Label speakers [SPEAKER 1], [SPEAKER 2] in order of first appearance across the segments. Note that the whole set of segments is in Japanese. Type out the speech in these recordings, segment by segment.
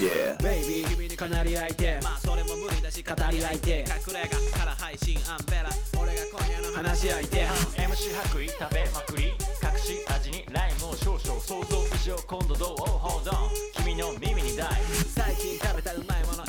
[SPEAKER 1] Yeah
[SPEAKER 2] ベイビー君にかなり相手
[SPEAKER 3] まあそれも無理だし語り合いて隠れ家から配信アンベラ俺が今夜の話し相手
[SPEAKER 4] MC 白衣食べまくり隠し味にライムを少々想像以上今度どう Hold on 君の耳に大
[SPEAKER 3] 最近食べたうまいもの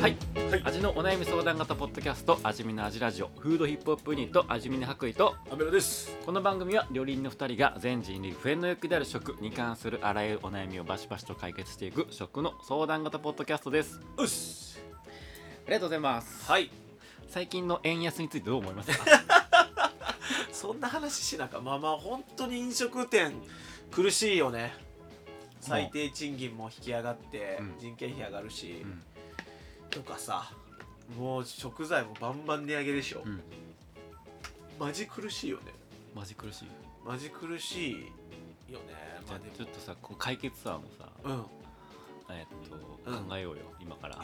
[SPEAKER 5] はい、味のお悩み相談型ポッドキャスト味見の味ラジオフードヒップホップユニット味見の白衣と
[SPEAKER 1] アベロです
[SPEAKER 5] この番組は料理人の2人が全人類不縁の欲である食に関するあらゆるお悩みをバシバシと解決していく食の相談型ポッドキャストですあ
[SPEAKER 1] うっす
[SPEAKER 5] りがとうございます
[SPEAKER 1] はい
[SPEAKER 5] 最近の円安についてどう思いますか
[SPEAKER 1] そんな話しなかまあまあ本当に飲食店苦しいよね最低賃金も引き上がって、
[SPEAKER 5] うん
[SPEAKER 1] 人件費上がるし、
[SPEAKER 5] うん
[SPEAKER 1] とかさもう食材もバンバン値上げでしょ、
[SPEAKER 5] うん
[SPEAKER 1] マジ苦しいよね
[SPEAKER 5] マジ苦しい
[SPEAKER 1] マジ苦しいよね
[SPEAKER 5] じ
[SPEAKER 1] ま
[SPEAKER 5] ゃ
[SPEAKER 1] あ
[SPEAKER 5] あち
[SPEAKER 1] で
[SPEAKER 5] ょっとさこう解決案をさ
[SPEAKER 1] も
[SPEAKER 5] えっと
[SPEAKER 1] うん
[SPEAKER 5] 考えようよ、今から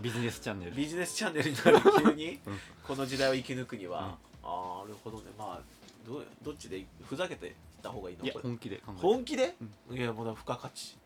[SPEAKER 5] ビジネスチャンネ
[SPEAKER 1] う
[SPEAKER 5] ル
[SPEAKER 1] んビジネスチャンネルになる急に、
[SPEAKER 5] うん
[SPEAKER 1] この時代を生き抜くには、ああなるほどねまあどうどっちでふざけていった方がいいの
[SPEAKER 5] いや
[SPEAKER 1] これ
[SPEAKER 5] 本気で考えて
[SPEAKER 1] 本気で、いやもうだから付加価値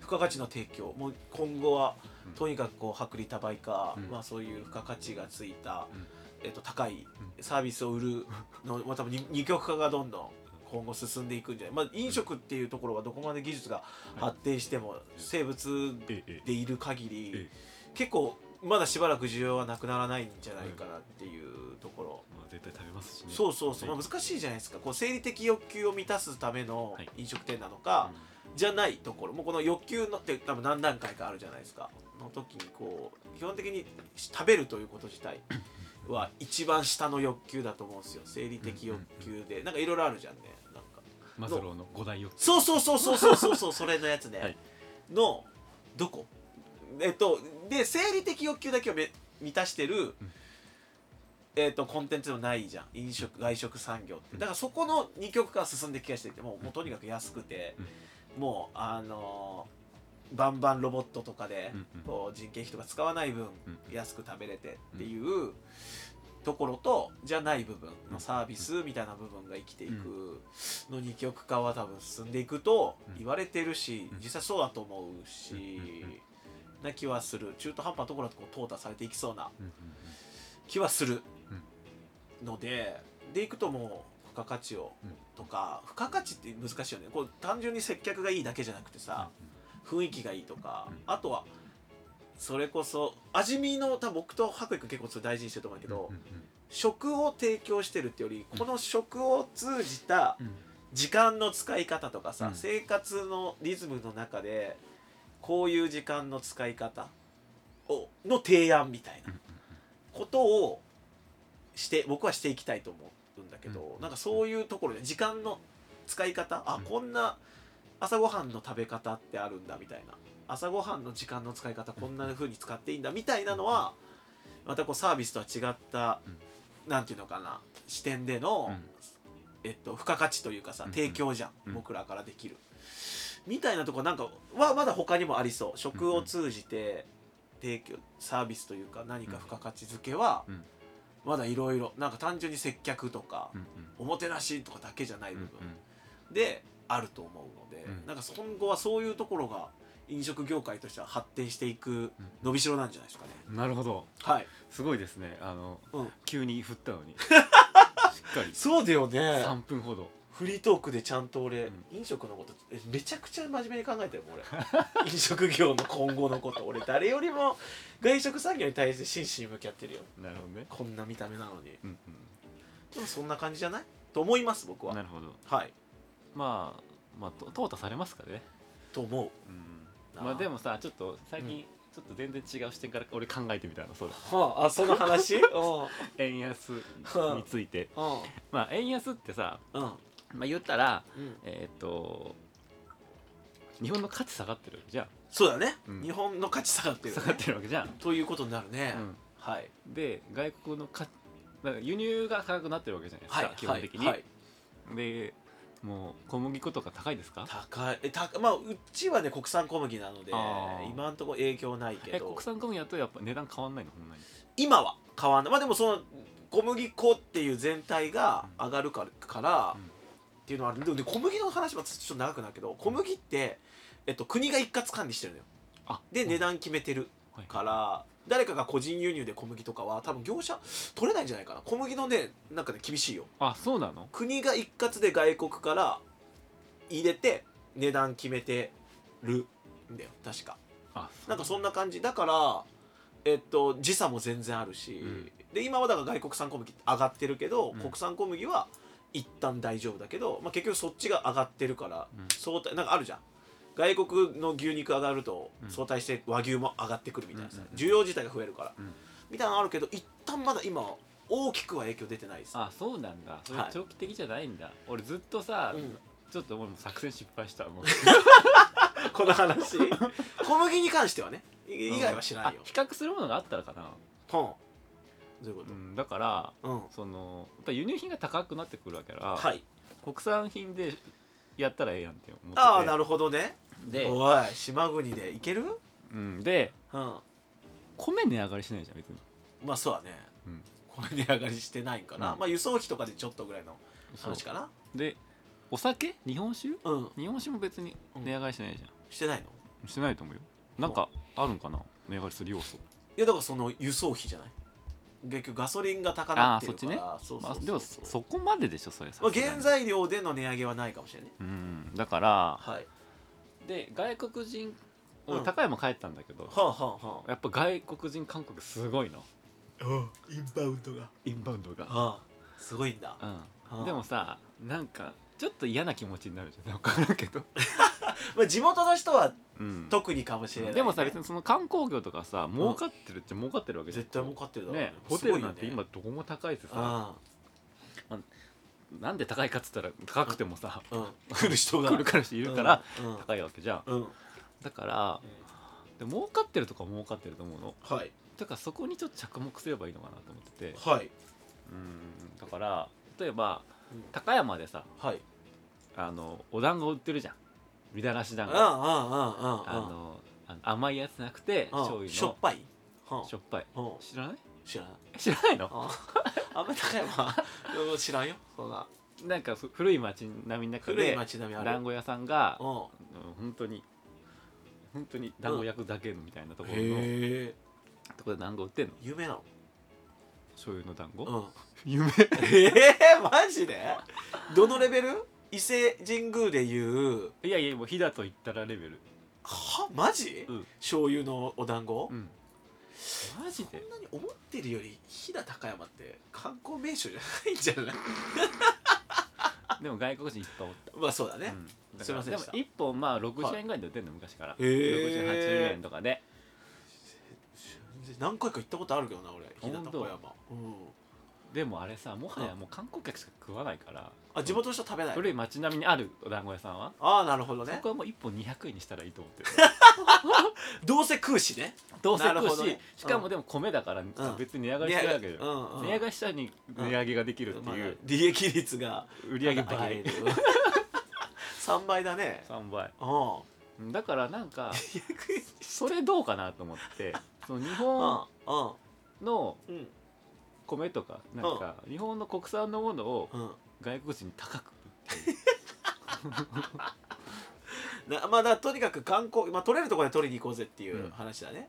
[SPEAKER 1] 付加価値の提供もう今後は
[SPEAKER 5] うん
[SPEAKER 1] とにかくこう薄利多売か、
[SPEAKER 5] うん
[SPEAKER 1] まあ、そういう付加価値がついた、
[SPEAKER 5] うん
[SPEAKER 1] えっと、高いサービスを売るの、まあ、多分に二極化がどんどん今後進んでいくんじゃない、まあ、飲食っていうところはどこまで技術が発展しても生物
[SPEAKER 5] ええ
[SPEAKER 1] でいる限り、
[SPEAKER 5] ええ
[SPEAKER 1] 結構まだしばらく需要はなくならないんじゃないかなっていうところ。
[SPEAKER 5] まあ絶対食べますしね
[SPEAKER 1] そうそうそう、
[SPEAKER 5] ね
[SPEAKER 1] まあ、難しいじゃないですかこう生理的欲求を満たすための
[SPEAKER 5] はい
[SPEAKER 1] 飲食店なのか、
[SPEAKER 5] うん
[SPEAKER 1] じゃないところもうこの欲求のって多分何段階かあるじゃないですかの時にこう基本的に食べるということ自体は一番下の欲求だと思うんですよ生理的欲求で、なんかいろいろあるじゃんねなんか
[SPEAKER 5] マズローの五大欲求
[SPEAKER 1] そうそうそうそうそう そうそうそれのやつね、
[SPEAKER 5] はい
[SPEAKER 1] のどこえっとで生理的欲求だけをめ満たしてる、
[SPEAKER 5] うん
[SPEAKER 1] えっとコンテンツでもないじゃん飲食外食産業ってだからそこの二極化が進んできやしててもうもうとにかく安くて、もうあのーバンバンロボットとかで、
[SPEAKER 5] うんうん
[SPEAKER 1] こう人件費とか使わない分、
[SPEAKER 5] う
[SPEAKER 1] 安く食べれてっていう、ところとじゃない部分のサービスみたいな部分が生きていくの二極化は多分進んでいくと
[SPEAKER 5] うん
[SPEAKER 1] 言われてるし
[SPEAKER 5] うん
[SPEAKER 1] 実際そうだと思うし
[SPEAKER 5] うんうん
[SPEAKER 1] な気はする中途半端なところだとこう淘汰されていきそうな
[SPEAKER 5] うんうん
[SPEAKER 1] 気はするのででいくともう付加価値を
[SPEAKER 5] うん
[SPEAKER 1] とか付加価値って難しいよねこう単純に接客がいいだけじゃなくてさ雰囲気がいいとか
[SPEAKER 5] うん
[SPEAKER 1] あとはそれこそ味見の多分僕と白衣君結構それ大事にしてると思うんだけど、
[SPEAKER 5] うん
[SPEAKER 1] 食を提供してるってよりこの食を通じた
[SPEAKER 5] うんうん
[SPEAKER 1] 時間の使い方とかさ、
[SPEAKER 5] うん
[SPEAKER 1] 生活のリズムの中でこういう時間の使い方をの提案みたいなことをして僕はしていきたいと思うんだけど、
[SPEAKER 5] うん
[SPEAKER 1] なんかそういうところで時間の使い方あ、
[SPEAKER 5] うん
[SPEAKER 1] こんな朝ごはんの食べ方ってあるんだみたいな朝ごはんの時間の使い方こんな風に使っていいんだみたいなのはまたこうサービスとは違った、なんていうのかな視点での、
[SPEAKER 5] うん
[SPEAKER 1] えっと、付加価値というかさ
[SPEAKER 5] うんうん
[SPEAKER 1] 提供じゃん、
[SPEAKER 5] うん
[SPEAKER 1] 僕らからできるみたいなとこなんかはまだ他にもありそう食を通じて提供サービスというか何か付加価値付けは、
[SPEAKER 5] うん
[SPEAKER 1] まだいろいろなんか単純に接客とか、
[SPEAKER 5] うん
[SPEAKER 1] おもてなしとかだけじゃない
[SPEAKER 5] うん
[SPEAKER 1] 部
[SPEAKER 5] うん
[SPEAKER 1] 分であると思うので、
[SPEAKER 5] うん
[SPEAKER 1] なんか今後はそういうところが飲食業界としては発展していく伸びしろなんじゃないですかね。
[SPEAKER 5] うんなるほど
[SPEAKER 1] はい、
[SPEAKER 5] すごいですねあの
[SPEAKER 1] うん、
[SPEAKER 5] 急に振った のにしっかり
[SPEAKER 1] そうだよね
[SPEAKER 5] 3分ほど
[SPEAKER 1] フリートークでちゃんと俺、
[SPEAKER 5] うん
[SPEAKER 1] 飲食のことえめちゃくちゃ真面目に考えたよ俺 飲食業の今後のこと俺誰よりも外食産業に対して真摯に向き合ってるよ
[SPEAKER 5] なるほどね
[SPEAKER 1] こんな見た目なのに
[SPEAKER 5] うん
[SPEAKER 1] でもそんな感じじゃないと思います僕
[SPEAKER 5] うんな
[SPEAKER 1] は
[SPEAKER 5] るほど
[SPEAKER 1] はい
[SPEAKER 5] まあまあと淘汰されますからね
[SPEAKER 1] と思う
[SPEAKER 5] うん
[SPEAKER 1] あー
[SPEAKER 5] まあでもさちょっと最
[SPEAKER 1] う
[SPEAKER 5] 近ちょっと全然違う視点から俺考えてみたのそうだ
[SPEAKER 1] はああその話 うん
[SPEAKER 5] 円安につい て
[SPEAKER 1] うん
[SPEAKER 5] まあ円安ってさ
[SPEAKER 1] うん
[SPEAKER 5] まあ言ったら
[SPEAKER 1] うん
[SPEAKER 5] えーっと日本の価値下がってるわけじゃん
[SPEAKER 1] そうだね、
[SPEAKER 5] うん
[SPEAKER 1] 日本の価値下がってるよ
[SPEAKER 5] 下
[SPEAKER 1] ね、
[SPEAKER 5] がってるわけじゃん
[SPEAKER 1] ということになるね、
[SPEAKER 5] うん
[SPEAKER 1] はい
[SPEAKER 5] で外国のかだから輸入が高くなってるわけじゃないですか、基本的に、
[SPEAKER 1] はい
[SPEAKER 5] でもう小麦粉とか高いですか
[SPEAKER 1] 高いえ高まあうちはね国産小麦なので
[SPEAKER 5] あー
[SPEAKER 1] 今のところ影響ないけ
[SPEAKER 5] え国
[SPEAKER 1] ど
[SPEAKER 5] 産小麦だとやっぱ値段変わんないのほんまに
[SPEAKER 1] 今は変わんないまあでもその小麦粉っていう全体が上がるから,、から
[SPEAKER 5] うん
[SPEAKER 1] っていうのはあるでもね小麦の話はちょっと長くなるけど小麦って、えっと、国が一括管理してるのよ
[SPEAKER 5] あ
[SPEAKER 1] で
[SPEAKER 5] うん
[SPEAKER 1] 値段決めてる
[SPEAKER 5] はい
[SPEAKER 1] から誰かが個人輸入で小麦とかは多分業者取れないんじゃないかな小麦のねなんかね厳しいよ
[SPEAKER 5] あそうなの
[SPEAKER 1] 国が一括で外国から入れて値段決めてるんだよ確か
[SPEAKER 5] あ
[SPEAKER 1] なんかそんな感じだからえっと時差も全然あるし、
[SPEAKER 5] うん
[SPEAKER 1] で今はだから外国産小麦上がってるけど、
[SPEAKER 5] うん
[SPEAKER 1] 国産小麦は一旦大丈夫だけど、まあ、結局そっちが上がってるから、
[SPEAKER 5] うん
[SPEAKER 1] 相対なんかあるじゃん外国の牛肉上がると
[SPEAKER 5] うん
[SPEAKER 1] 相対して和牛も上がってくるみたいなさ、
[SPEAKER 5] うんうんうん
[SPEAKER 1] 需要自体が増えるから、
[SPEAKER 5] うん
[SPEAKER 1] みたいなのあるけど一旦まだ今は大きくは影響出てないです
[SPEAKER 5] あそうなんだそれ
[SPEAKER 1] はい
[SPEAKER 5] 長期的じゃないんだ、俺ずっとさ、
[SPEAKER 1] うん
[SPEAKER 5] ちょっともう作戦失敗したもう
[SPEAKER 1] この話 小麦に関してはねい以外は知らないよ
[SPEAKER 5] あ、比較するものがあったらかな、
[SPEAKER 1] うん、どういうこ
[SPEAKER 5] うん、だから
[SPEAKER 1] とうん、
[SPEAKER 5] そのやっぱ輸入品が高くなってくるわけだから、
[SPEAKER 1] はい
[SPEAKER 5] 国産品でやったらええやんって思ってて
[SPEAKER 1] ああなるほどね
[SPEAKER 5] で,、
[SPEAKER 1] おい島国でいける
[SPEAKER 5] うん、で
[SPEAKER 1] うん
[SPEAKER 5] 米値上がりしないじゃん別に
[SPEAKER 1] まあそうだね、
[SPEAKER 5] うん
[SPEAKER 1] これ値上がりしてないかな、
[SPEAKER 5] うん
[SPEAKER 1] まあ輸送費とかでちょっとぐらいの
[SPEAKER 5] そう
[SPEAKER 1] 話かな
[SPEAKER 5] でお酒日本酒
[SPEAKER 1] うん、
[SPEAKER 5] 日本酒も別に値上がりしないじゃん、
[SPEAKER 1] してないの
[SPEAKER 5] してないと思うよなんかあるんかな値上がりする要素
[SPEAKER 1] いやだからその輸送費じゃない結局ガソリンが高なってるから
[SPEAKER 5] あ
[SPEAKER 1] そうそう
[SPEAKER 5] ま
[SPEAKER 1] そう
[SPEAKER 5] あ、でもそこまででしょそれさ
[SPEAKER 1] まあ、
[SPEAKER 5] すがに
[SPEAKER 1] 原材料での値上げはないかもしれないね
[SPEAKER 5] うんだから
[SPEAKER 1] はい
[SPEAKER 5] で外国人
[SPEAKER 1] う
[SPEAKER 5] 俺
[SPEAKER 1] ん
[SPEAKER 5] 高山帰ったんだけど、
[SPEAKER 1] はあはあは
[SPEAKER 5] やっぱ外国人韓国すごいの
[SPEAKER 1] あインバウンドが
[SPEAKER 5] インバウンドが、
[SPEAKER 1] ああすごいんだ
[SPEAKER 5] う、
[SPEAKER 1] うんん
[SPEAKER 5] でもさなんかちょっと嫌な気持ちになるじゃん 分からんけど、
[SPEAKER 1] まあ地元の人は
[SPEAKER 5] うん、
[SPEAKER 1] 特にかもしれない、ね、
[SPEAKER 5] でもさ別にその観光業とかさ儲かってるっちゃ儲かってるわけじゃん
[SPEAKER 1] 絶対儲かってるだろう
[SPEAKER 5] ねホテルなんて今どこも高いし
[SPEAKER 1] すごい
[SPEAKER 5] さ、
[SPEAKER 1] よね
[SPEAKER 5] なんで高いかっつったら高くてもさ
[SPEAKER 1] うんうん、来る人が
[SPEAKER 5] 来るからしいるから
[SPEAKER 1] うんうん
[SPEAKER 5] 高いわけじゃん
[SPEAKER 1] うん、
[SPEAKER 5] だからで儲かってるとか儲かってると思うの
[SPEAKER 1] はい
[SPEAKER 5] だからそこにちょっと着目すればいいのかなと思ってて
[SPEAKER 1] はい
[SPEAKER 5] うんだから例えば
[SPEAKER 1] うん
[SPEAKER 5] 高山でさ
[SPEAKER 1] はい
[SPEAKER 5] あのお団子売ってるじゃんみだらし団
[SPEAKER 1] うん
[SPEAKER 5] 子
[SPEAKER 1] うん
[SPEAKER 5] あ
[SPEAKER 1] うんうんうん
[SPEAKER 5] のあの甘いやつなくて
[SPEAKER 1] うん
[SPEAKER 5] 醤油の
[SPEAKER 1] しょっぱいうん
[SPEAKER 5] しょっぱい
[SPEAKER 1] うん
[SPEAKER 5] 知らない
[SPEAKER 1] 知らない
[SPEAKER 5] 知らないの
[SPEAKER 1] ああんまり高山うん知らんよそんな
[SPEAKER 5] なんかふ古い町並みの中
[SPEAKER 1] 古い
[SPEAKER 5] で
[SPEAKER 1] 街並みある
[SPEAKER 5] 団子屋さんが
[SPEAKER 1] うん
[SPEAKER 5] うん本当に本当に団子焼くだけのみたいなところの、
[SPEAKER 1] へえ
[SPEAKER 5] ところで団子売ってんの
[SPEAKER 1] 有名なの
[SPEAKER 5] 醤油の団子、
[SPEAKER 1] うん
[SPEAKER 5] 夢
[SPEAKER 1] ええマジでどのレベル伊勢神宮でいう
[SPEAKER 5] いやいやもう飛騨と言ったらレベル
[SPEAKER 1] はマジ、
[SPEAKER 5] うん
[SPEAKER 1] 醤油のお団子、
[SPEAKER 5] うんマジ
[SPEAKER 1] そ
[SPEAKER 5] で
[SPEAKER 1] んなに思ってるより飛騨高山って観光名所じゃないんじゃない
[SPEAKER 5] でも外国人いっぱいおった
[SPEAKER 1] まあそうだね、
[SPEAKER 5] うん
[SPEAKER 1] すいませんで
[SPEAKER 5] で
[SPEAKER 1] し
[SPEAKER 5] も
[SPEAKER 1] た
[SPEAKER 5] 1本まあ60円ぐらいで売ってんの昔から、
[SPEAKER 1] へー
[SPEAKER 5] 60円80円とかで
[SPEAKER 1] 何回か行ったことあるけどな俺飛騨
[SPEAKER 5] 本当
[SPEAKER 1] 高山、うん、
[SPEAKER 5] でもあれさもはやもう観光客しか食わないから
[SPEAKER 1] あ地元の人食べない
[SPEAKER 5] 古い町並みにあるお団子屋さんは
[SPEAKER 1] ああなるほど
[SPEAKER 5] そ
[SPEAKER 1] ね
[SPEAKER 5] こはもう1本200円にしたらいいと思ってる
[SPEAKER 1] どうせ食うしね
[SPEAKER 5] どうせ
[SPEAKER 1] なる
[SPEAKER 5] 食
[SPEAKER 1] ほ
[SPEAKER 5] うし、
[SPEAKER 1] どね
[SPEAKER 5] しかもでも米だからさ
[SPEAKER 1] うん
[SPEAKER 5] 別に値上がりしてないわけじゃん、
[SPEAKER 1] うんうん
[SPEAKER 5] 値上がりしたに値上げができるって
[SPEAKER 1] まあ
[SPEAKER 5] いう
[SPEAKER 1] 利益率が
[SPEAKER 5] 売り上げ
[SPEAKER 1] まだ上げ
[SPEAKER 5] 倍
[SPEAKER 1] れる3倍だ ね
[SPEAKER 5] 3倍
[SPEAKER 1] うん
[SPEAKER 5] だからなん かそれどうかなと思ってその日本
[SPEAKER 1] う
[SPEAKER 5] の
[SPEAKER 1] んうん
[SPEAKER 5] 米とかなんか日本の国産のものを
[SPEAKER 1] うん
[SPEAKER 5] 外国人に高く
[SPEAKER 1] なまあだからとにかく観光、まあ、取れるところで取りに行こうぜっていう
[SPEAKER 5] うん
[SPEAKER 1] 話だね、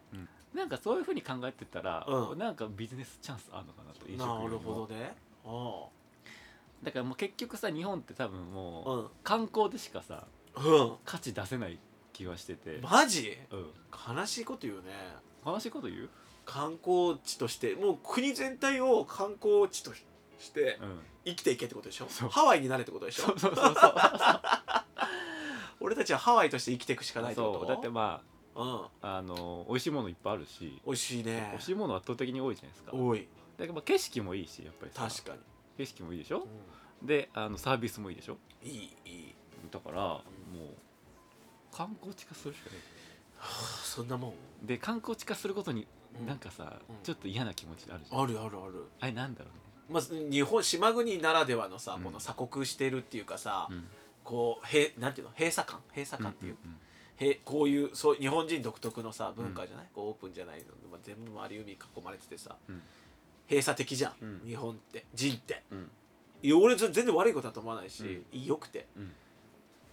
[SPEAKER 5] なんかそういうふうに考えてたら、
[SPEAKER 1] うん
[SPEAKER 5] なんかビジネスチャンスあるのかなと飲食
[SPEAKER 1] な
[SPEAKER 5] よりも
[SPEAKER 1] るほどねう
[SPEAKER 5] だからもう結局さ日本って多分もうん観光でしかさ
[SPEAKER 1] うん
[SPEAKER 5] 価値出せない気はしてて、
[SPEAKER 1] マジ
[SPEAKER 5] うん
[SPEAKER 1] 悲しいこと言うね
[SPEAKER 5] 悲しいこと言う、
[SPEAKER 1] 観光地としてもう国全体を観光地としして
[SPEAKER 5] うん、
[SPEAKER 1] 生きていけってことでしょ
[SPEAKER 5] そう
[SPEAKER 1] ハワイになれってことでしょ
[SPEAKER 5] そうそうそうそう
[SPEAKER 1] 俺たちはハワイとして生きていくしかないってこと
[SPEAKER 5] そうだってま
[SPEAKER 1] うん
[SPEAKER 5] ああの美味しいものいっぱいあるし
[SPEAKER 1] 美味しいね
[SPEAKER 5] 美味しいもの圧倒的に多いじゃないですかだ
[SPEAKER 1] 多い
[SPEAKER 5] からまあ景色もいいしやっぱりさ
[SPEAKER 1] 確かに、
[SPEAKER 5] 景色もいいでしょであのサービスもいいでしょ
[SPEAKER 1] いいいい
[SPEAKER 5] だからもう観光地化するしかない
[SPEAKER 1] そんなもん
[SPEAKER 5] で観光地化することに
[SPEAKER 1] うん
[SPEAKER 5] なんかさ、
[SPEAKER 1] うん
[SPEAKER 5] ちょっと嫌な気持ちあるじゃん
[SPEAKER 1] あるあるある
[SPEAKER 5] あれなんだろうね
[SPEAKER 1] まあ、日本島国ならではのさ、
[SPEAKER 5] うん
[SPEAKER 1] この鎖国してるっていうかさ、
[SPEAKER 5] うん
[SPEAKER 1] こうへなんていうの閉鎖感閉鎖感っていう、
[SPEAKER 5] うん
[SPEAKER 1] へこういうそう日本人独特のさ文化じゃない、こうオープンじゃないの、まあ、全部周り海囲まれててさ、
[SPEAKER 5] うん
[SPEAKER 1] 閉鎖的じゃん、
[SPEAKER 5] うん
[SPEAKER 1] 日本って人って
[SPEAKER 5] うんうん
[SPEAKER 1] いや俺全然悪いことだと思わないし、良くて、
[SPEAKER 5] うん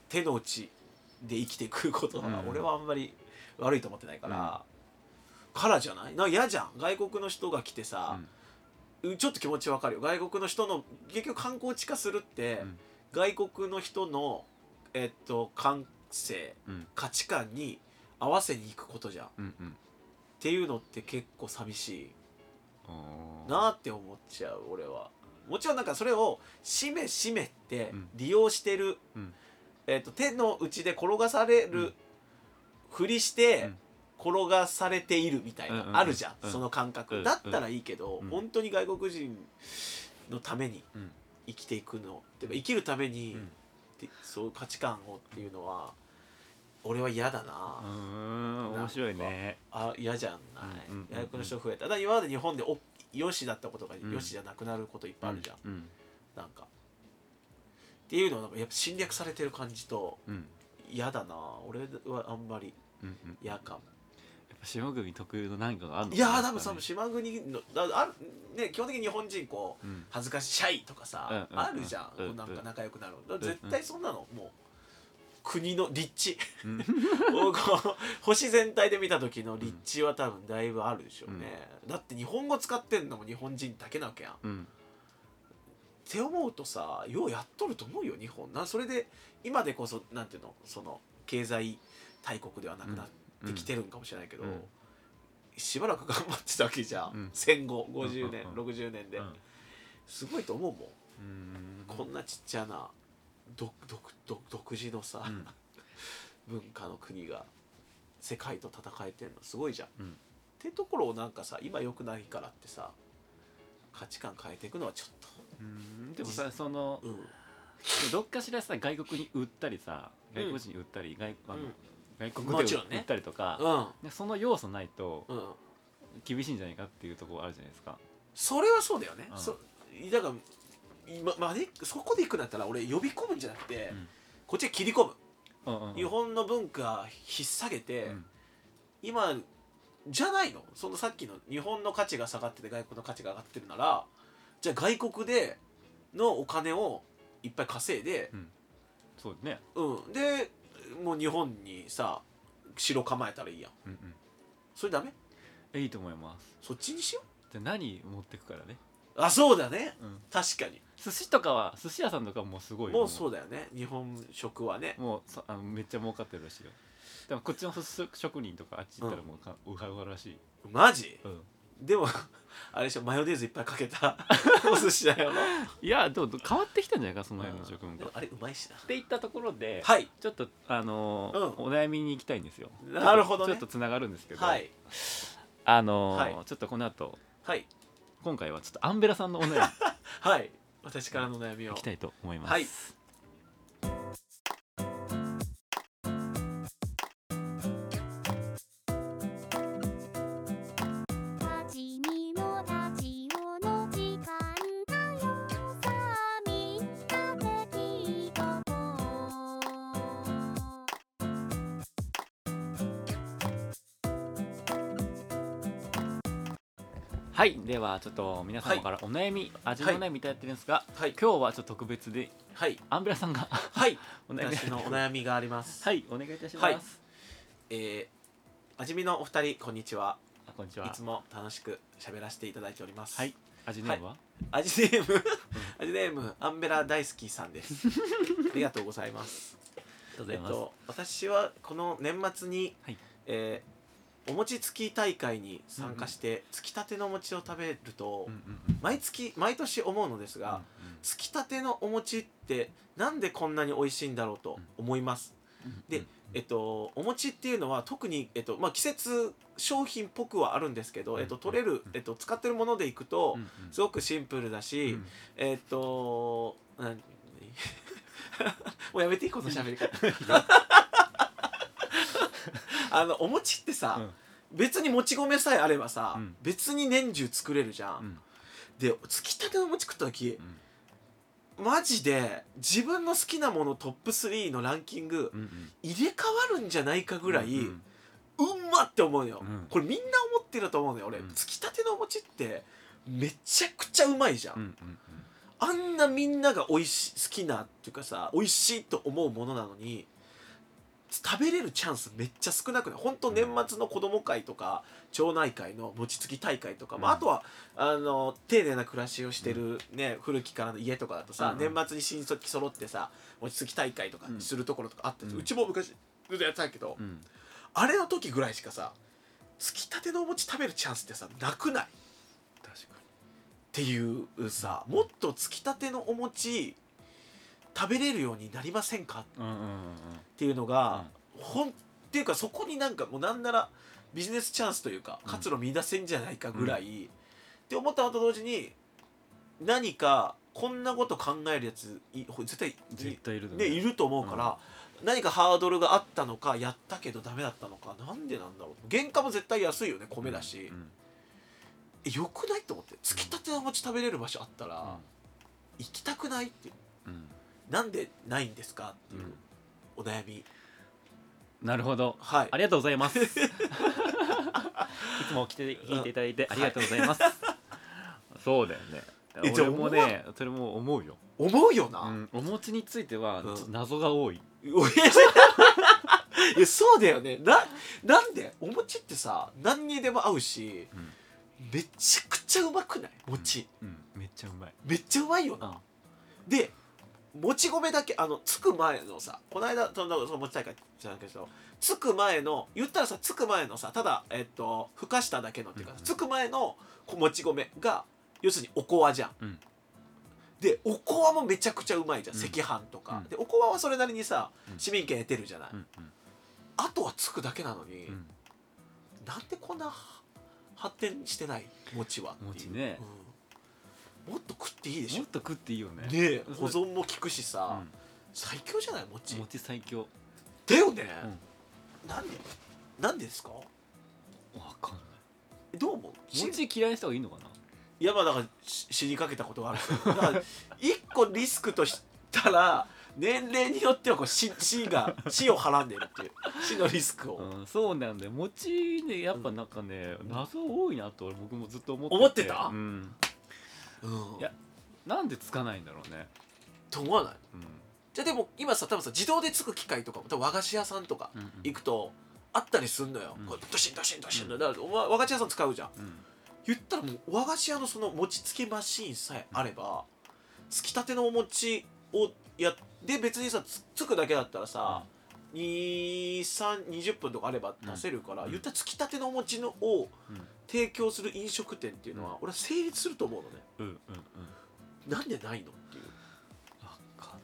[SPEAKER 1] 手の内で生きていくことは、
[SPEAKER 5] うん
[SPEAKER 1] 俺はあんまり悪いと思ってないから、からじゃないなんか嫌じゃん外国の人が来てさ、うんちょっと気持ちわかるよ外国の人の結局観光地化するって、
[SPEAKER 5] うん
[SPEAKER 1] 外国の人のえっと感性
[SPEAKER 5] うん
[SPEAKER 1] 価値観に合わせに行くことじゃんっ
[SPEAKER 5] うんうん
[SPEAKER 1] ていうのって結構寂しい
[SPEAKER 5] おー
[SPEAKER 1] なーって思っちゃう俺はもちろんなんかそれを「しめしめ」って
[SPEAKER 5] うん
[SPEAKER 1] 利用してる、
[SPEAKER 5] うん
[SPEAKER 1] えっと手の内で転がされ
[SPEAKER 5] うん
[SPEAKER 1] るふりして
[SPEAKER 5] うん
[SPEAKER 1] 転がされているみたい
[SPEAKER 5] うんうんうん
[SPEAKER 1] なあるじゃ
[SPEAKER 5] うん
[SPEAKER 1] んその感覚、
[SPEAKER 5] うん
[SPEAKER 1] だったらいいけど、
[SPEAKER 5] うん
[SPEAKER 1] 本当に外国人のために
[SPEAKER 5] うん
[SPEAKER 1] 生きていくのてか生きるために、
[SPEAKER 5] うん
[SPEAKER 1] ってそういう価値観をっていうのは俺は嫌だな、
[SPEAKER 5] うーん面白いね
[SPEAKER 1] あ嫌じゃない、
[SPEAKER 5] うんうんうんうん
[SPEAKER 1] ややこの人増えただから今まで日本でおよしだったことが
[SPEAKER 5] ん
[SPEAKER 1] よしじゃなくなることいっぱいあるじゃん、
[SPEAKER 5] うん
[SPEAKER 1] なんかっていうのはなんかやっぱ侵略されてる感じと
[SPEAKER 5] うん
[SPEAKER 1] 嫌だな俺はあんまり
[SPEAKER 5] うんうん
[SPEAKER 1] 嫌かも
[SPEAKER 5] やっぱ島国特有の何かがあるの
[SPEAKER 1] いやー多分多分島国のだあるね基本的に日本人こう
[SPEAKER 5] うん
[SPEAKER 1] 恥ずかしいシャイとかさ、
[SPEAKER 5] うんうんうん
[SPEAKER 1] あるじゃん、
[SPEAKER 5] うん
[SPEAKER 1] こうなん
[SPEAKER 5] う
[SPEAKER 1] か
[SPEAKER 5] ん
[SPEAKER 1] 仲良くなるだから
[SPEAKER 5] うんうん
[SPEAKER 1] 絶対そんなのもう国の立地
[SPEAKER 5] うん
[SPEAKER 1] こう星全体で見た時の立地は多分だいぶあるでしょうね、だって日本語使ってんのも日本人だけなわけやんっ
[SPEAKER 5] うん
[SPEAKER 1] て思うとさようやっとると思うよ日本なそれで今でこそなんていうのその経済大国ではなくなってきてるんかもしれないけど、
[SPEAKER 5] うんうん
[SPEAKER 1] しばらく頑張ってたわけじゃん、
[SPEAKER 5] うん
[SPEAKER 1] 戦後50年、
[SPEAKER 5] うんうん
[SPEAKER 1] 60年で、
[SPEAKER 5] うん
[SPEAKER 1] すごいと思うもん
[SPEAKER 5] うん
[SPEAKER 1] こんなちっちゃな独独独独自のさ、
[SPEAKER 5] うん
[SPEAKER 1] 文化の国が世界と戦えてんのすごいじゃん。
[SPEAKER 5] うん
[SPEAKER 1] ってところをなんかさ今良くないからってさ価値観変えていくのはちょっ
[SPEAKER 5] うんでもさその
[SPEAKER 1] と、うん、
[SPEAKER 5] どっかしらさ外国に売ったりさ外国人に売ったり外あの
[SPEAKER 1] うん
[SPEAKER 5] 外国
[SPEAKER 1] も
[SPEAKER 5] で
[SPEAKER 1] ちろん
[SPEAKER 5] 売
[SPEAKER 1] ね
[SPEAKER 5] ったりとか
[SPEAKER 1] う
[SPEAKER 5] でその要素ないと
[SPEAKER 1] んうん、
[SPEAKER 5] 厳しいんじゃないかっていうところあるじゃないですか
[SPEAKER 1] それはそうだよね。
[SPEAKER 5] うん
[SPEAKER 1] そだから今までそこで行くんだったら俺呼び込むんじゃなくて、
[SPEAKER 5] うん
[SPEAKER 1] こっちへ切り込む、
[SPEAKER 5] うんうんうん
[SPEAKER 1] 日本の文化引っ提げて、
[SPEAKER 5] うん
[SPEAKER 1] 今じゃないのそのさっきの日本の価値が下がってて外国の価値が上がってるならじゃあ外国でのお金をいっぱい稼いで、
[SPEAKER 5] そうね
[SPEAKER 1] うん、でもう日本にさ城構えたらいいやん
[SPEAKER 5] うんうん
[SPEAKER 1] それダメ
[SPEAKER 5] えいいと思います
[SPEAKER 1] そっちにしよ
[SPEAKER 5] じゃあ何持ってくからね
[SPEAKER 1] うあそうだね
[SPEAKER 5] うん
[SPEAKER 1] 確かに
[SPEAKER 5] 寿司とかは寿司屋さんとかはもうすごいよ
[SPEAKER 1] もうそうだよね日本食はね
[SPEAKER 5] もうさあのめっちゃ儲かってるらしいよでもこっちの寿司職人とかあっち行ったらもうか、うはうはらしい、
[SPEAKER 1] マジ
[SPEAKER 5] うん、
[SPEAKER 1] でも あれでしょマヨネーズいっぱいかけた お寿司だよ
[SPEAKER 5] いやでも変わってきたんじゃないかその辺の食文
[SPEAKER 1] で
[SPEAKER 5] 化っ
[SPEAKER 1] もあれうまいしな
[SPEAKER 5] ていったところで、
[SPEAKER 1] はい
[SPEAKER 5] ちょっとあのー
[SPEAKER 1] うん
[SPEAKER 5] お悩みに行きたいんですよ
[SPEAKER 1] なるほどね
[SPEAKER 5] ちょっとつながるんですけど、
[SPEAKER 1] はい
[SPEAKER 5] あのー
[SPEAKER 1] はい
[SPEAKER 5] ちょっとこの後
[SPEAKER 1] はい
[SPEAKER 5] 今回はちょっとアンベラさんのお悩み行
[SPEAKER 1] はい私からの悩みを
[SPEAKER 5] きたいと思います、
[SPEAKER 1] はい
[SPEAKER 6] 立ちにも立ちよの時間だよさあみんなで聞いとこう
[SPEAKER 5] はいではちょっと皆様からお悩み、味のお悩みいただいてるんですが、
[SPEAKER 1] はい
[SPEAKER 5] 今日はちょっと特別で
[SPEAKER 1] はい
[SPEAKER 5] アンベラさんが
[SPEAKER 1] はい
[SPEAKER 5] お悩み
[SPEAKER 1] 私のお悩みがあります
[SPEAKER 5] はいお願いいたします、
[SPEAKER 1] はいえー、味見のお二人こんにちは
[SPEAKER 5] あこんにち
[SPEAKER 1] い
[SPEAKER 5] は
[SPEAKER 1] つも楽しく喋らせていただいております
[SPEAKER 5] はい味のは、
[SPEAKER 1] 味ネーム味ネームアンベラ大好きさんです ありがとうございます
[SPEAKER 5] あり
[SPEAKER 1] えっ
[SPEAKER 5] がとうございます、
[SPEAKER 1] と私はこの年末に、
[SPEAKER 5] はい
[SPEAKER 1] えーお餅つき大会に参加して、つきたてのお餅を食べると、
[SPEAKER 5] うんうんうん
[SPEAKER 1] 毎月毎年思うのですが、つきたてのお餅ってなんでこんなに美味しいんだろうと思います、でえっと、お餅っていうのは特に、えっとまあ、季節商品っぽくはあるんですけど、えっと、取れる、えっと、使ってるものでいくと、すごくシンプルだし、
[SPEAKER 5] うん
[SPEAKER 1] えっとなんもうやめていいこの喋り方 あのお餅ってさ、別にもち米さえあればさ、
[SPEAKER 5] うん
[SPEAKER 1] 別に年中作れるじゃん、
[SPEAKER 5] うん
[SPEAKER 1] でつきたての餅食った時、マジで自分の好きなものトップ3のランキング
[SPEAKER 5] うんうん
[SPEAKER 1] 入れ替わるんじゃないかぐらい、
[SPEAKER 5] う
[SPEAKER 1] うん
[SPEAKER 5] うん
[SPEAKER 1] まって思うのよ、
[SPEAKER 5] うん
[SPEAKER 1] これみんな思ってると思うのよ俺、
[SPEAKER 5] うん
[SPEAKER 1] つきたてのお餅ってめちゃくちゃうまいじゃん、
[SPEAKER 5] うんうんうん
[SPEAKER 1] あんなみんなが美味し好きなっていうかさ美味しいと思うものなのに食べれるチャンスめっちゃ少なくない本当年末の子供会とか町内会の餅つき大会とか、まあ、
[SPEAKER 5] うん
[SPEAKER 1] あとはあの丁寧な暮らしをしてる、ね古きからの家とかだとさ、
[SPEAKER 5] うん
[SPEAKER 1] 年末に親戚揃ってさ餅つき大会とかするところとかあったじゃん
[SPEAKER 5] うん
[SPEAKER 1] うちも昔ずっとやってたけど、
[SPEAKER 5] うん
[SPEAKER 1] あれの時ぐらいしかさつきたてのお餅食べるチャンスってさなくない
[SPEAKER 5] 確か
[SPEAKER 1] っていうさもっとつきたてのお餅食べれるようになりませんか
[SPEAKER 5] にうんうんうん
[SPEAKER 1] っていうのが、ほんっていうかそこになんかもうなんならビジネスチャンスというか
[SPEAKER 5] うん
[SPEAKER 1] 活路見出せんじゃないかぐらい、って思ったのと同時に何かこんなこと考えるやついほ絶対い
[SPEAKER 5] 絶対いるだろう
[SPEAKER 1] ね、いると思うから、何かハードルがあったのかやったけどダメだったのかなんでなんだろう原価も絶対安いよね米だし、
[SPEAKER 5] うん
[SPEAKER 1] えよくないと思ってつきたてのお餅食べれる場所あったら、行きたくないっていう
[SPEAKER 5] うん
[SPEAKER 1] なんでないんですかって
[SPEAKER 5] う
[SPEAKER 1] いうんお悩み、
[SPEAKER 5] なるほど
[SPEAKER 1] はい
[SPEAKER 5] ありがとうございます いつも来て聞いていただいてありがとうございますそうだよね
[SPEAKER 1] えじゃあ
[SPEAKER 5] 俺もねそれも思うよ
[SPEAKER 1] 思うよな、
[SPEAKER 5] うんお餅についてはち
[SPEAKER 1] う
[SPEAKER 5] ょ
[SPEAKER 1] ん
[SPEAKER 5] っと謎が多い
[SPEAKER 1] おやいやそうだよねななんでお餅ってさ何にでも合うし、
[SPEAKER 5] うん
[SPEAKER 1] めちゃくちゃうまくない餅、
[SPEAKER 5] うんめっちゃうまい
[SPEAKER 1] めっちゃうまいよな、でもち米だけあのつく前のさこの間そんなその餅大会じゃないけどつく前の言ったらさつく前のさただえっとふかしただけのっていうか、
[SPEAKER 5] うんうん
[SPEAKER 1] つく前のこもち米が要するにおこわじゃん、
[SPEAKER 5] うん
[SPEAKER 1] でおこわもめちゃくちゃうまいじゃん、
[SPEAKER 5] うん
[SPEAKER 1] 赤飯とか、
[SPEAKER 5] うん
[SPEAKER 1] でおこわはそれなりにさ
[SPEAKER 5] うん
[SPEAKER 1] 市民権得てるじゃない、
[SPEAKER 5] うん
[SPEAKER 1] あとはつくだけなのに、
[SPEAKER 5] うん
[SPEAKER 1] なんでこんな発展してない餅はっていう
[SPEAKER 5] 餅ね、
[SPEAKER 1] うんもっと食っていいでし
[SPEAKER 5] も
[SPEAKER 1] ょ
[SPEAKER 5] っと食っていいよね
[SPEAKER 1] ねえ保存も効くし
[SPEAKER 5] う
[SPEAKER 1] さ、
[SPEAKER 5] ん
[SPEAKER 1] 最強じゃない餅
[SPEAKER 5] 餅最強
[SPEAKER 1] だよね、なんでなんでですか
[SPEAKER 5] わかんな
[SPEAKER 1] どう思う
[SPEAKER 5] い餅嫌いな人がいいのかない
[SPEAKER 1] やまあだからし死にかけたことはあ るけどだから一個リスクとしたら年齢によってはこう死死が死をはらんでるっていう死のリスクを、
[SPEAKER 5] うん、そうなんだよ餅ねやっぱなんかね、謎多いなと俺僕もずっと思って
[SPEAKER 1] 思ってた
[SPEAKER 5] うん、
[SPEAKER 1] うん
[SPEAKER 5] いやなんでつかないんだろうね、
[SPEAKER 1] と思わない
[SPEAKER 5] うん
[SPEAKER 1] じゃあでも今さ多分さ自動でつく機械とかも多分和菓子屋さんとか
[SPEAKER 5] うん
[SPEAKER 1] 行くとあったりすんのよ、
[SPEAKER 5] うん
[SPEAKER 1] こうドシンドシンドシンのだからお前和菓子屋さん使うじゃん
[SPEAKER 5] うん
[SPEAKER 1] 言ったらもう和菓子屋のその餅つきマシーンさえあればつきたてのお餅をやで別にさつつくだけだったらさ、2320分とかあれば出せるから、
[SPEAKER 5] うん
[SPEAKER 1] 言ったらつきたてのお餅のを
[SPEAKER 5] うん
[SPEAKER 1] 提供する飲食店っていうのは、
[SPEAKER 5] うん
[SPEAKER 1] 俺は成立すると思うのね
[SPEAKER 5] うんうんうん
[SPEAKER 1] なんでないのっていう
[SPEAKER 5] わか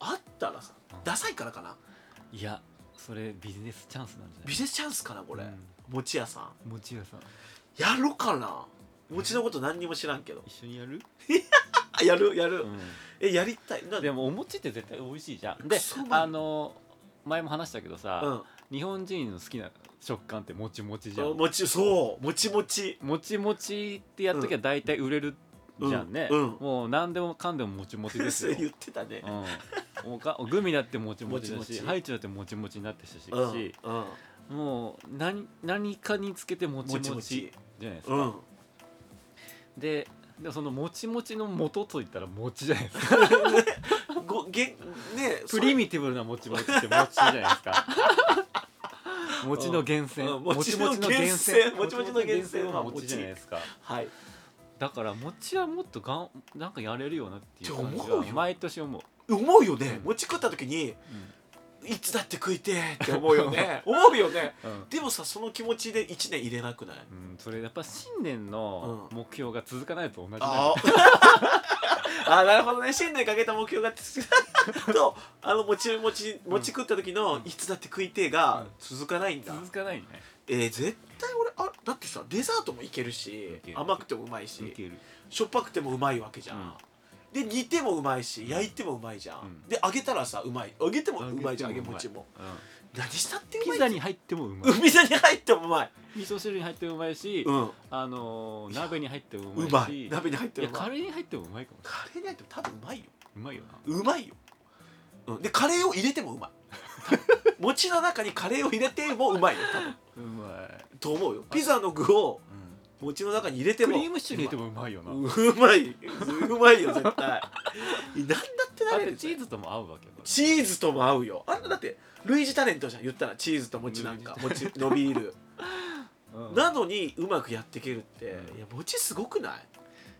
[SPEAKER 1] あったらさ
[SPEAKER 5] うん
[SPEAKER 1] ダサいからかなん
[SPEAKER 5] いやそれビジネスチャンスなんじゃない
[SPEAKER 1] ビジネスチャンスかなこれ、
[SPEAKER 5] うん
[SPEAKER 1] 餅屋さん
[SPEAKER 5] 餅屋さん
[SPEAKER 1] やろかな餅のこと何にも知らんけど
[SPEAKER 5] 一緒にやる、
[SPEAKER 1] あやるやる、
[SPEAKER 5] う、
[SPEAKER 1] えやりたいなん
[SPEAKER 5] でもお餅って絶対美味しいじゃん
[SPEAKER 1] く
[SPEAKER 5] で
[SPEAKER 1] そまい
[SPEAKER 5] あの前も話したけど
[SPEAKER 1] う
[SPEAKER 5] さ、
[SPEAKER 1] ん
[SPEAKER 5] 日本人の好きな食感ってもちもちじゃん
[SPEAKER 1] もちそうもちもち
[SPEAKER 5] もちもちってやっときゃ大体売れるじゃんね、
[SPEAKER 1] うんうん
[SPEAKER 5] もう何でもかんでももちもちです
[SPEAKER 1] そ
[SPEAKER 5] よ
[SPEAKER 1] れ言ってたね
[SPEAKER 5] うん、もうかグミだってもちもちだ
[SPEAKER 1] もちも
[SPEAKER 5] し
[SPEAKER 1] ち
[SPEAKER 5] ハイチュウだってもちもちになってしたし、
[SPEAKER 1] うんうん
[SPEAKER 5] もう何何かにつけてもち
[SPEAKER 1] も
[SPEAKER 5] も
[SPEAKER 1] ち
[SPEAKER 5] ち
[SPEAKER 1] もち
[SPEAKER 5] じゃないです
[SPEAKER 1] う
[SPEAKER 5] か、
[SPEAKER 1] ん
[SPEAKER 5] ででもそのもちもちの元といったら餅じゃな いですか
[SPEAKER 1] ごげんね
[SPEAKER 5] プリミティブなもちもちって餅じゃないです か餅の源泉、
[SPEAKER 1] うん
[SPEAKER 5] もちもちの源泉
[SPEAKER 1] もちもちの源泉もちもちの源泉は
[SPEAKER 5] もちもちの源泉は餅じゃないですか
[SPEAKER 1] そはい
[SPEAKER 5] だから餅はもっとがんなんかやれるよなっていう感
[SPEAKER 1] っ
[SPEAKER 5] じ
[SPEAKER 1] て思
[SPEAKER 5] は
[SPEAKER 1] うよ
[SPEAKER 5] 毎年思う
[SPEAKER 1] 思うよね
[SPEAKER 5] うん
[SPEAKER 1] 餅食った時にいつだって食いてえって 思うよね思うよね
[SPEAKER 5] うん、うん
[SPEAKER 1] でもさその気持ちで1年入れなくない
[SPEAKER 5] うんそれやっぱ新年の
[SPEAKER 1] う
[SPEAKER 5] 目標が続かないと同じなんだよね
[SPEAKER 1] あー あーなるほどね新年かけた目標が とあのもちもちもち食った時のいつだって食いてえが続かないんだ
[SPEAKER 5] 続かないね
[SPEAKER 1] えー絶対俺あだってさデザートもいけるし
[SPEAKER 5] いける
[SPEAKER 1] 甘くてもうまいし
[SPEAKER 5] ける
[SPEAKER 1] しょっぱくてもうまいわけじゃん、で煮てもうまいし焼いてもうまいじゃん、
[SPEAKER 5] うん
[SPEAKER 1] で揚げたらさうまい揚げてもうまいじゃん揚げ
[SPEAKER 5] 揚げてもうまい
[SPEAKER 1] 餅も
[SPEAKER 5] う
[SPEAKER 1] 何したって
[SPEAKER 5] ん
[SPEAKER 1] うまい
[SPEAKER 5] ピザに入ってもうま
[SPEAKER 1] う
[SPEAKER 5] い
[SPEAKER 1] んピザに入ってもうまい
[SPEAKER 5] 味噌汁に入ってもうまいし、
[SPEAKER 1] うん
[SPEAKER 5] あのー鍋に入ってもう
[SPEAKER 1] う
[SPEAKER 5] ま
[SPEAKER 1] ま
[SPEAKER 5] いし
[SPEAKER 1] い鍋に入って
[SPEAKER 5] い
[SPEAKER 1] もう
[SPEAKER 5] や
[SPEAKER 1] まい
[SPEAKER 5] カレーに入ってもうまいかも
[SPEAKER 1] カレーに入っても多分うまいよ
[SPEAKER 5] うまいよな
[SPEAKER 1] うまいよ、うん、でカレーを入れてもうまい 餅の中にカレーを入れてもうまいよ多分
[SPEAKER 5] うまい、
[SPEAKER 1] と思うよピザの具を
[SPEAKER 5] う
[SPEAKER 1] 餅の中に入れて
[SPEAKER 5] ん、ク
[SPEAKER 1] も
[SPEAKER 5] リームシチューに入れてもうまいよな
[SPEAKER 1] うまいうまいよ絶対 何だってな
[SPEAKER 5] あ
[SPEAKER 1] れ
[SPEAKER 5] れ
[SPEAKER 1] る
[SPEAKER 5] チーズとも合うわけだから
[SPEAKER 1] チーズとも合うよあんなだって類似タレントじゃん言ったらチーズと餅なんか餅伸びる
[SPEAKER 5] うん
[SPEAKER 1] なのにうまくやっていけるって、
[SPEAKER 5] うん
[SPEAKER 1] いや餅すごくない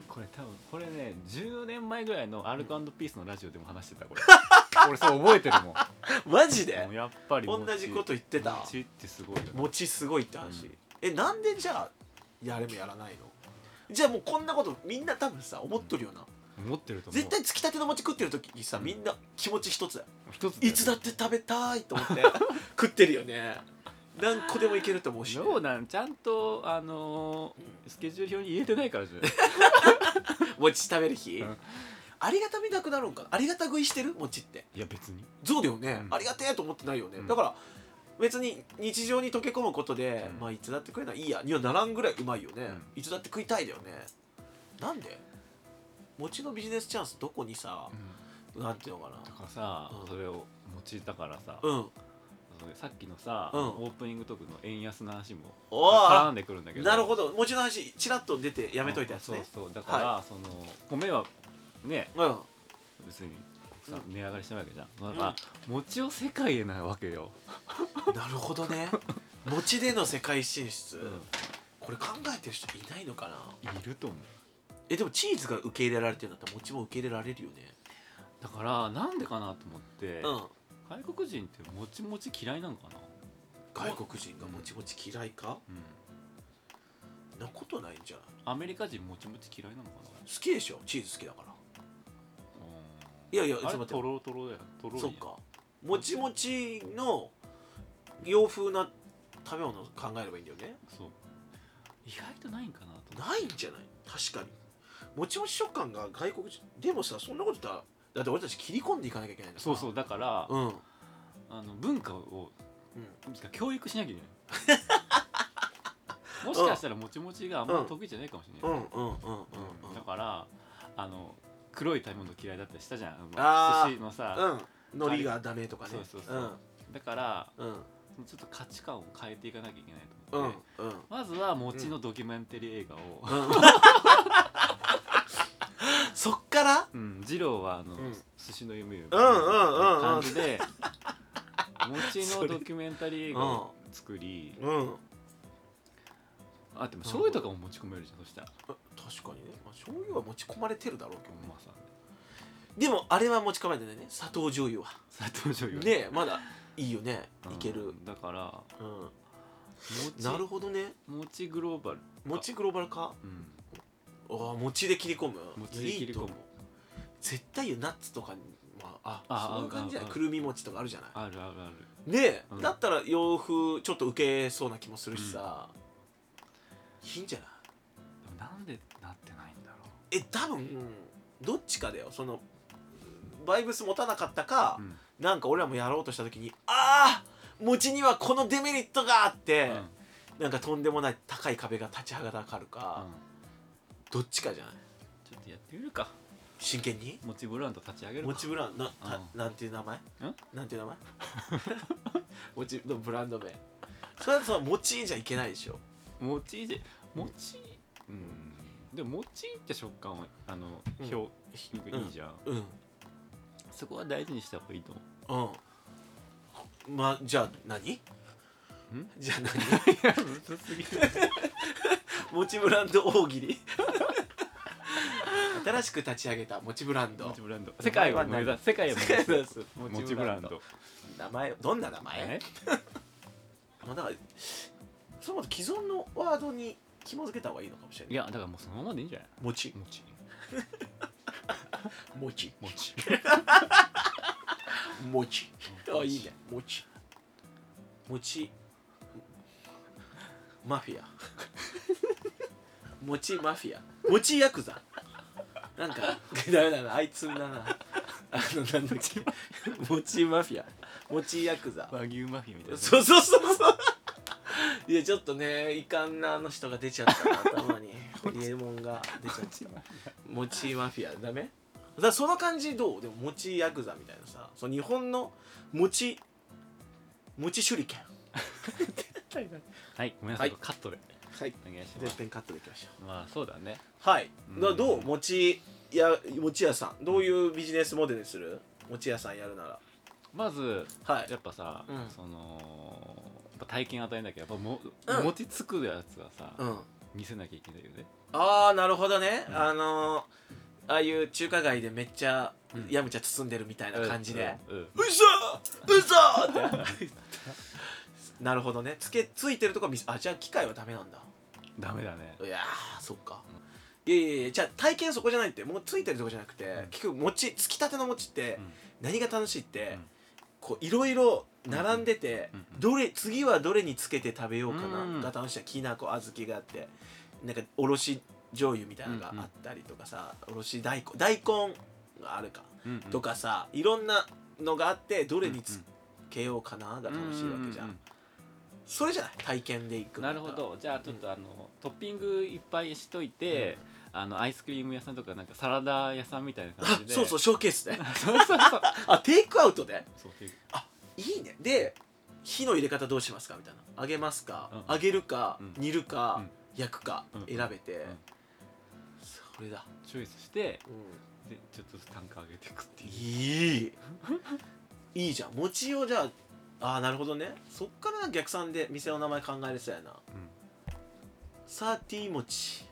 [SPEAKER 5] これ多分これね10年前ぐらいのアルコピースのラジオでも話してた これ俺そう覚えてるもん
[SPEAKER 1] マジで
[SPEAKER 5] もうやっぱり
[SPEAKER 1] 同
[SPEAKER 5] 餅
[SPEAKER 1] じこと言ってた
[SPEAKER 5] 餅ってすごいよね
[SPEAKER 1] 餅すごいって話、
[SPEAKER 5] うん
[SPEAKER 1] えなんでじゃあやれもやらないのじゃあもうこんなことみんな多分さ思っとるよな、
[SPEAKER 5] 持ってると思う
[SPEAKER 1] 絶対つきたての餅食ってる時にさ、みんな気持ち一つだよ
[SPEAKER 5] 一つ
[SPEAKER 1] いつだって食べたいと思って食ってるよね何個でもいけると思うしね、
[SPEAKER 5] そうなんちゃんとあのースケジュール表に入れてないからじゃない
[SPEAKER 1] 餅食べる日、
[SPEAKER 5] うん
[SPEAKER 1] ありがたみなくなるんかなありがた食いしてる餅って
[SPEAKER 5] いや別に
[SPEAKER 1] そうだよね、
[SPEAKER 5] うん
[SPEAKER 1] ありがてえと思ってないよね、
[SPEAKER 5] うん
[SPEAKER 1] だから別に日常に溶け込むことで、
[SPEAKER 5] うん
[SPEAKER 1] まあいつだって食えないいいやにはならんぐらいうまいよね、
[SPEAKER 5] う
[SPEAKER 1] いつだって食いたいだよねなんで餅のビジネスチャンスどこにさ、なんていうのか
[SPEAKER 5] だからさ
[SPEAKER 1] うん
[SPEAKER 5] それを用いたからさ
[SPEAKER 1] なうん
[SPEAKER 5] それさっきのさ
[SPEAKER 1] うん
[SPEAKER 5] オープニングトークの円安の話も
[SPEAKER 1] おー
[SPEAKER 5] 絡んでくるんだけど
[SPEAKER 1] なるほど餅の話ちらっと出てやめといたやつね
[SPEAKER 5] そうそうだからその米はね
[SPEAKER 1] うん、
[SPEAKER 5] 別にさ値上がりしてないわけじゃんだから餅を世界へなわけよ
[SPEAKER 1] なるほどね餅での世界進出、
[SPEAKER 5] い
[SPEAKER 1] これ考えてる人いないのかな
[SPEAKER 5] ると思う
[SPEAKER 1] えでもチーズが受け入れられてるんだったら餅も受け入れられるよね
[SPEAKER 5] だからなんでかなと思って
[SPEAKER 1] うん
[SPEAKER 5] 外国人ってもちもち嫌いなのかな
[SPEAKER 1] 外国人がもちもち嫌いか、
[SPEAKER 5] うん
[SPEAKER 1] なことないんじゃない
[SPEAKER 5] アメリカ人もちもち嫌いなのかな
[SPEAKER 1] 好きでしょチーズ好きだから
[SPEAKER 5] うん
[SPEAKER 1] いやいや
[SPEAKER 5] あ
[SPEAKER 1] ちょ
[SPEAKER 5] れ
[SPEAKER 1] っと
[SPEAKER 5] と
[SPEAKER 1] 待
[SPEAKER 5] ろとろだよとろ
[SPEAKER 1] って
[SPEAKER 5] り
[SPEAKER 1] そっかもちもちの洋風な食べ物を考えればいいんだよね
[SPEAKER 5] そう意外とないんかなと思って
[SPEAKER 1] ないんじゃない確かにもちもち食感が外国人でもさそんなこと言ったらだって俺たち切り込んでいかなきゃいけないんだから
[SPEAKER 5] そうそうだから、
[SPEAKER 1] うん、うん、
[SPEAKER 5] あの文化を教育しなきゃいけ ないもしかしたらもちもちがあんまり得意じゃないかもしれ
[SPEAKER 1] うん
[SPEAKER 5] な
[SPEAKER 1] う
[SPEAKER 5] い、
[SPEAKER 1] んうんうんうん
[SPEAKER 5] だからあの黒い食べ物嫌いだったりしたじゃん
[SPEAKER 1] あー
[SPEAKER 5] 寿司のさ、
[SPEAKER 1] うん海苔がダメとかね
[SPEAKER 5] そうそうそうだから
[SPEAKER 1] うんうん
[SPEAKER 5] ちょっと価値観を変えていかなきゃいけないと
[SPEAKER 1] う
[SPEAKER 5] 思
[SPEAKER 1] ん
[SPEAKER 5] って、
[SPEAKER 1] うん
[SPEAKER 5] まずは餅のドキュメンタリー映画を、
[SPEAKER 1] そっから
[SPEAKER 5] うん、二郎はあの、
[SPEAKER 1] ん
[SPEAKER 5] 寿司の夢を
[SPEAKER 1] うんうん
[SPEAKER 5] 感じで餅のドキュメンタリー映画を作り
[SPEAKER 1] うん
[SPEAKER 5] あでも醤油とかも持ち込めるじゃんそしたら
[SPEAKER 1] 確かにね、まあ、醤油は持ち込まれてるだろうけど
[SPEAKER 5] 本間さん
[SPEAKER 1] でもあれは持ち込まれてないね砂糖醤油は
[SPEAKER 5] 砂糖醤油
[SPEAKER 1] ねえまだいいよね
[SPEAKER 5] うん
[SPEAKER 1] いける、
[SPEAKER 5] だから
[SPEAKER 1] うん、
[SPEAKER 5] 餅
[SPEAKER 1] なるほどね
[SPEAKER 5] 餅グローバル、
[SPEAKER 1] 餅グローバル化
[SPEAKER 5] うん、
[SPEAKER 1] ああ餅で切り込む
[SPEAKER 5] 餅で切り込む
[SPEAKER 1] いいと思う絶対よナッツとかに、まあ、あ
[SPEAKER 5] あ
[SPEAKER 1] そういう感じじゃない
[SPEAKER 5] 合う合う合
[SPEAKER 1] うくるみ餅とかあるじゃない
[SPEAKER 5] あるあるある
[SPEAKER 1] ねえ、
[SPEAKER 5] うん
[SPEAKER 1] だったら洋風ちょっと受けそうな気もするしさ、いいんじゃない
[SPEAKER 5] でもなんでなってないんだろ
[SPEAKER 1] え多分、どっちかだよそのバイブス持たなかったか
[SPEAKER 5] う、、うん
[SPEAKER 1] なんか俺らもやろうとした時にああ餅にはこのデメリットがあって、
[SPEAKER 5] うん
[SPEAKER 1] なんかとんでもない高い壁が立ちはだかるか、どっちかじゃない
[SPEAKER 5] ちょっとやってみるか
[SPEAKER 1] 真剣に
[SPEAKER 5] 餅ブランド立ち上げるか
[SPEAKER 1] 餅ブランドなた
[SPEAKER 5] うん
[SPEAKER 1] なんていう名前なんていう名 前餅のブランド名それはさ餅じゃいけないでしょ
[SPEAKER 5] 餅で餅うんでも餅って食感はあの
[SPEAKER 1] うん
[SPEAKER 5] 表、いいじゃん、
[SPEAKER 1] うん
[SPEAKER 5] そこは大事にした方がいいと思う
[SPEAKER 1] うんまあじゃあ何じゃあ何 餅ブランド大喜利新しく立ち上げた餅ブランド
[SPEAKER 5] 餅ブランド世界を目指す世界を目指す餅
[SPEAKER 1] 餅
[SPEAKER 5] ブ
[SPEAKER 1] ブ
[SPEAKER 5] ラ
[SPEAKER 1] ラ
[SPEAKER 5] ン
[SPEAKER 1] ン
[SPEAKER 5] ド
[SPEAKER 1] ド名前をどんな名前
[SPEAKER 5] え
[SPEAKER 1] まあだからその既存のワードに紐づけた方がいいのかもしれない
[SPEAKER 5] いやだからもうそのままでいいんじゃない
[SPEAKER 1] 餅
[SPEAKER 5] 餅
[SPEAKER 1] 餅
[SPEAKER 5] 餅
[SPEAKER 1] 餅あいいね餅餅 マフィア餅マフィア餅ヤクザなんか ダメだなあいつだなあのなんだっけモチマフィアモチヤクザ
[SPEAKER 5] 和牛マフィみたいな
[SPEAKER 1] そうそうそうそういやちょっとね遺憾なあの人が出ちゃったな頭にホリエモンが出ちゃったモチマフィアダメだからその感じどうでもモチヤクザみたいなさその日本のモチモチ手裏剣
[SPEAKER 5] はいごめんなさい、
[SPEAKER 1] はい
[SPEAKER 5] カットで
[SPEAKER 1] はい
[SPEAKER 5] お願いしま
[SPEAKER 1] 全
[SPEAKER 5] す
[SPEAKER 1] 編カットでいきましょ
[SPEAKER 5] まあそうだね
[SPEAKER 1] うはい
[SPEAKER 5] うん
[SPEAKER 1] だからどうもちやもち屋さんどういうビジネスモデルにするもち屋さんやるなら
[SPEAKER 5] まず
[SPEAKER 1] はい
[SPEAKER 5] やっぱさ、
[SPEAKER 1] うん
[SPEAKER 5] そのやっぱ体験与えなきゃやっぱも、
[SPEAKER 1] うん
[SPEAKER 5] 餅つくやつはさ、
[SPEAKER 1] うん
[SPEAKER 5] 見せなきゃいけないよね
[SPEAKER 1] ああなるほどね、
[SPEAKER 5] うん
[SPEAKER 1] あのー、ああいう中華街でめっちゃ
[SPEAKER 5] うん
[SPEAKER 1] やむちゃ包んでるみたいな感じで、
[SPEAKER 5] うんうん
[SPEAKER 1] うそうそって なるほどねつけついてるとこ見せあじゃあ機械はダメなんだ
[SPEAKER 5] ダメだね
[SPEAKER 1] いやーそっか、いやいやいやじゃあ体験そこじゃないってもうついてるとこじゃなくて、
[SPEAKER 5] うん
[SPEAKER 1] 結局餅つきたての餅って
[SPEAKER 5] うん
[SPEAKER 1] 何が楽しいって、
[SPEAKER 5] うん
[SPEAKER 1] こういろいろ並んでて、
[SPEAKER 5] うんうん
[SPEAKER 1] どれ次はどれにつけて食べようかな、
[SPEAKER 5] うん
[SPEAKER 1] が楽しいきな粉小豆があってなんかおろし醤油みたいなのがあったりとかさ、おろし大根大根があるか、
[SPEAKER 5] うんうん
[SPEAKER 1] とかさいろんなのがあってどれに
[SPEAKER 5] う
[SPEAKER 1] つ
[SPEAKER 5] ん
[SPEAKER 1] けようかなが楽しいわけじゃん,、
[SPEAKER 5] うう
[SPEAKER 1] それじゃない体験でいく
[SPEAKER 5] うんん
[SPEAKER 1] だ
[SPEAKER 5] な
[SPEAKER 1] った
[SPEAKER 5] る
[SPEAKER 1] ら
[SPEAKER 5] ほどじゃあちょっとあのトッピングいっぱいしといて、あのアイスクリーム屋さんとかなんかサラダ屋さんみたいな
[SPEAKER 1] あ
[SPEAKER 5] 感じで
[SPEAKER 1] そうそうショーケースで
[SPEAKER 5] そうそうそう
[SPEAKER 1] あテイクアウトで
[SPEAKER 5] そうっていう
[SPEAKER 1] いいねで火の入れ方どうしますかみたいな揚げますか、
[SPEAKER 5] うん
[SPEAKER 1] 揚げるか、
[SPEAKER 5] うん
[SPEAKER 1] 煮るか、
[SPEAKER 5] うん
[SPEAKER 1] 焼くか
[SPEAKER 5] うん
[SPEAKER 1] 選べて、
[SPEAKER 5] ん
[SPEAKER 1] それだ、
[SPEAKER 5] チョイスしてでちょっとずつ単価上げていくっていう
[SPEAKER 1] いいいいじゃん餅をじゃああーなるほどねそっから逆算で店の名前考えれそうやな、サーティー餅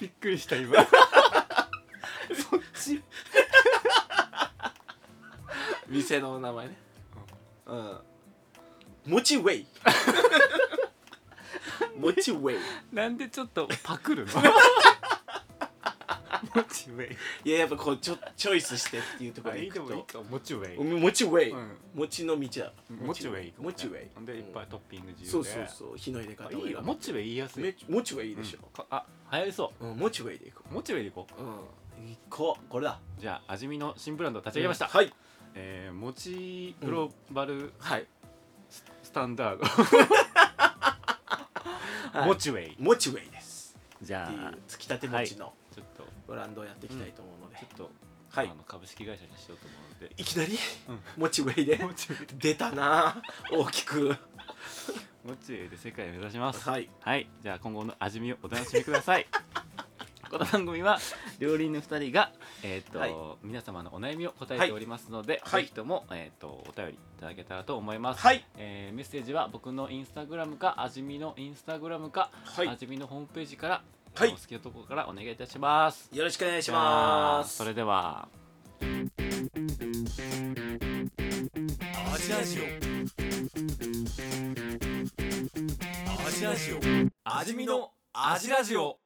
[SPEAKER 5] びっくりした今そっ ち
[SPEAKER 1] 店の名前ねうん餅ウェイ餅ウェイ
[SPEAKER 5] なんでちょっとパクるのモチウェイ
[SPEAKER 1] いややっぱこうちょチョイスしてっていうところ
[SPEAKER 5] あ
[SPEAKER 1] で
[SPEAKER 5] い
[SPEAKER 1] い
[SPEAKER 5] いで
[SPEAKER 1] く
[SPEAKER 5] もいい
[SPEAKER 1] と
[SPEAKER 5] かモチウェイ
[SPEAKER 1] もちウェイ、
[SPEAKER 5] うん
[SPEAKER 1] 餅の道だ
[SPEAKER 5] モチウェイ
[SPEAKER 1] もちウェイ
[SPEAKER 5] でいっぱい
[SPEAKER 1] うん
[SPEAKER 5] トッピング自由で
[SPEAKER 1] そうそうそう火の入れ方
[SPEAKER 5] あいいよモチウェイ言いやすい
[SPEAKER 1] めもちウェイいいでし
[SPEAKER 5] うんかあ流行りそ
[SPEAKER 1] ょ、うん、もちウェイでいこ
[SPEAKER 5] うモチウェイでいこう
[SPEAKER 1] ううん行こうこれだ
[SPEAKER 5] じゃあ味見の新ブランド立ち上げました、
[SPEAKER 1] はい
[SPEAKER 5] えー、もちグローバル
[SPEAKER 1] はい
[SPEAKER 5] スタン ダード、
[SPEAKER 1] い
[SPEAKER 5] もちウェイ
[SPEAKER 1] もちウェイです
[SPEAKER 5] じ
[SPEAKER 1] ってい
[SPEAKER 5] ゃあ
[SPEAKER 1] うつきたて餅の
[SPEAKER 5] ちょっと
[SPEAKER 1] ブランドをやっていきたいと思うので、
[SPEAKER 5] ちょっと、
[SPEAKER 1] はい
[SPEAKER 5] あの株式会社にしようと思うので
[SPEAKER 1] いきなり、
[SPEAKER 5] う
[SPEAKER 1] もちウェイで
[SPEAKER 5] もちウェイ
[SPEAKER 1] 出たな大きく
[SPEAKER 5] もちウェイで世界を目指します
[SPEAKER 1] はい
[SPEAKER 5] はい、じゃあ今後の味見をお楽しみください。 この番組は料理人の二人が、えっと
[SPEAKER 1] はい
[SPEAKER 5] 皆様のお悩みを答えておりますので、
[SPEAKER 1] はい
[SPEAKER 5] ぜひとも、えっとお便りいただけたらと思います、
[SPEAKER 1] はい
[SPEAKER 5] えーメッセージは僕のインスタグラムか味見のインスタグラムか、
[SPEAKER 1] はい
[SPEAKER 5] 味見のホームページから、
[SPEAKER 1] はい
[SPEAKER 5] お好きなところからお願いいたします。
[SPEAKER 1] よろしくお願いします
[SPEAKER 5] じゃあそれでは
[SPEAKER 2] アジラジオアジラジオ味見のアジラジオ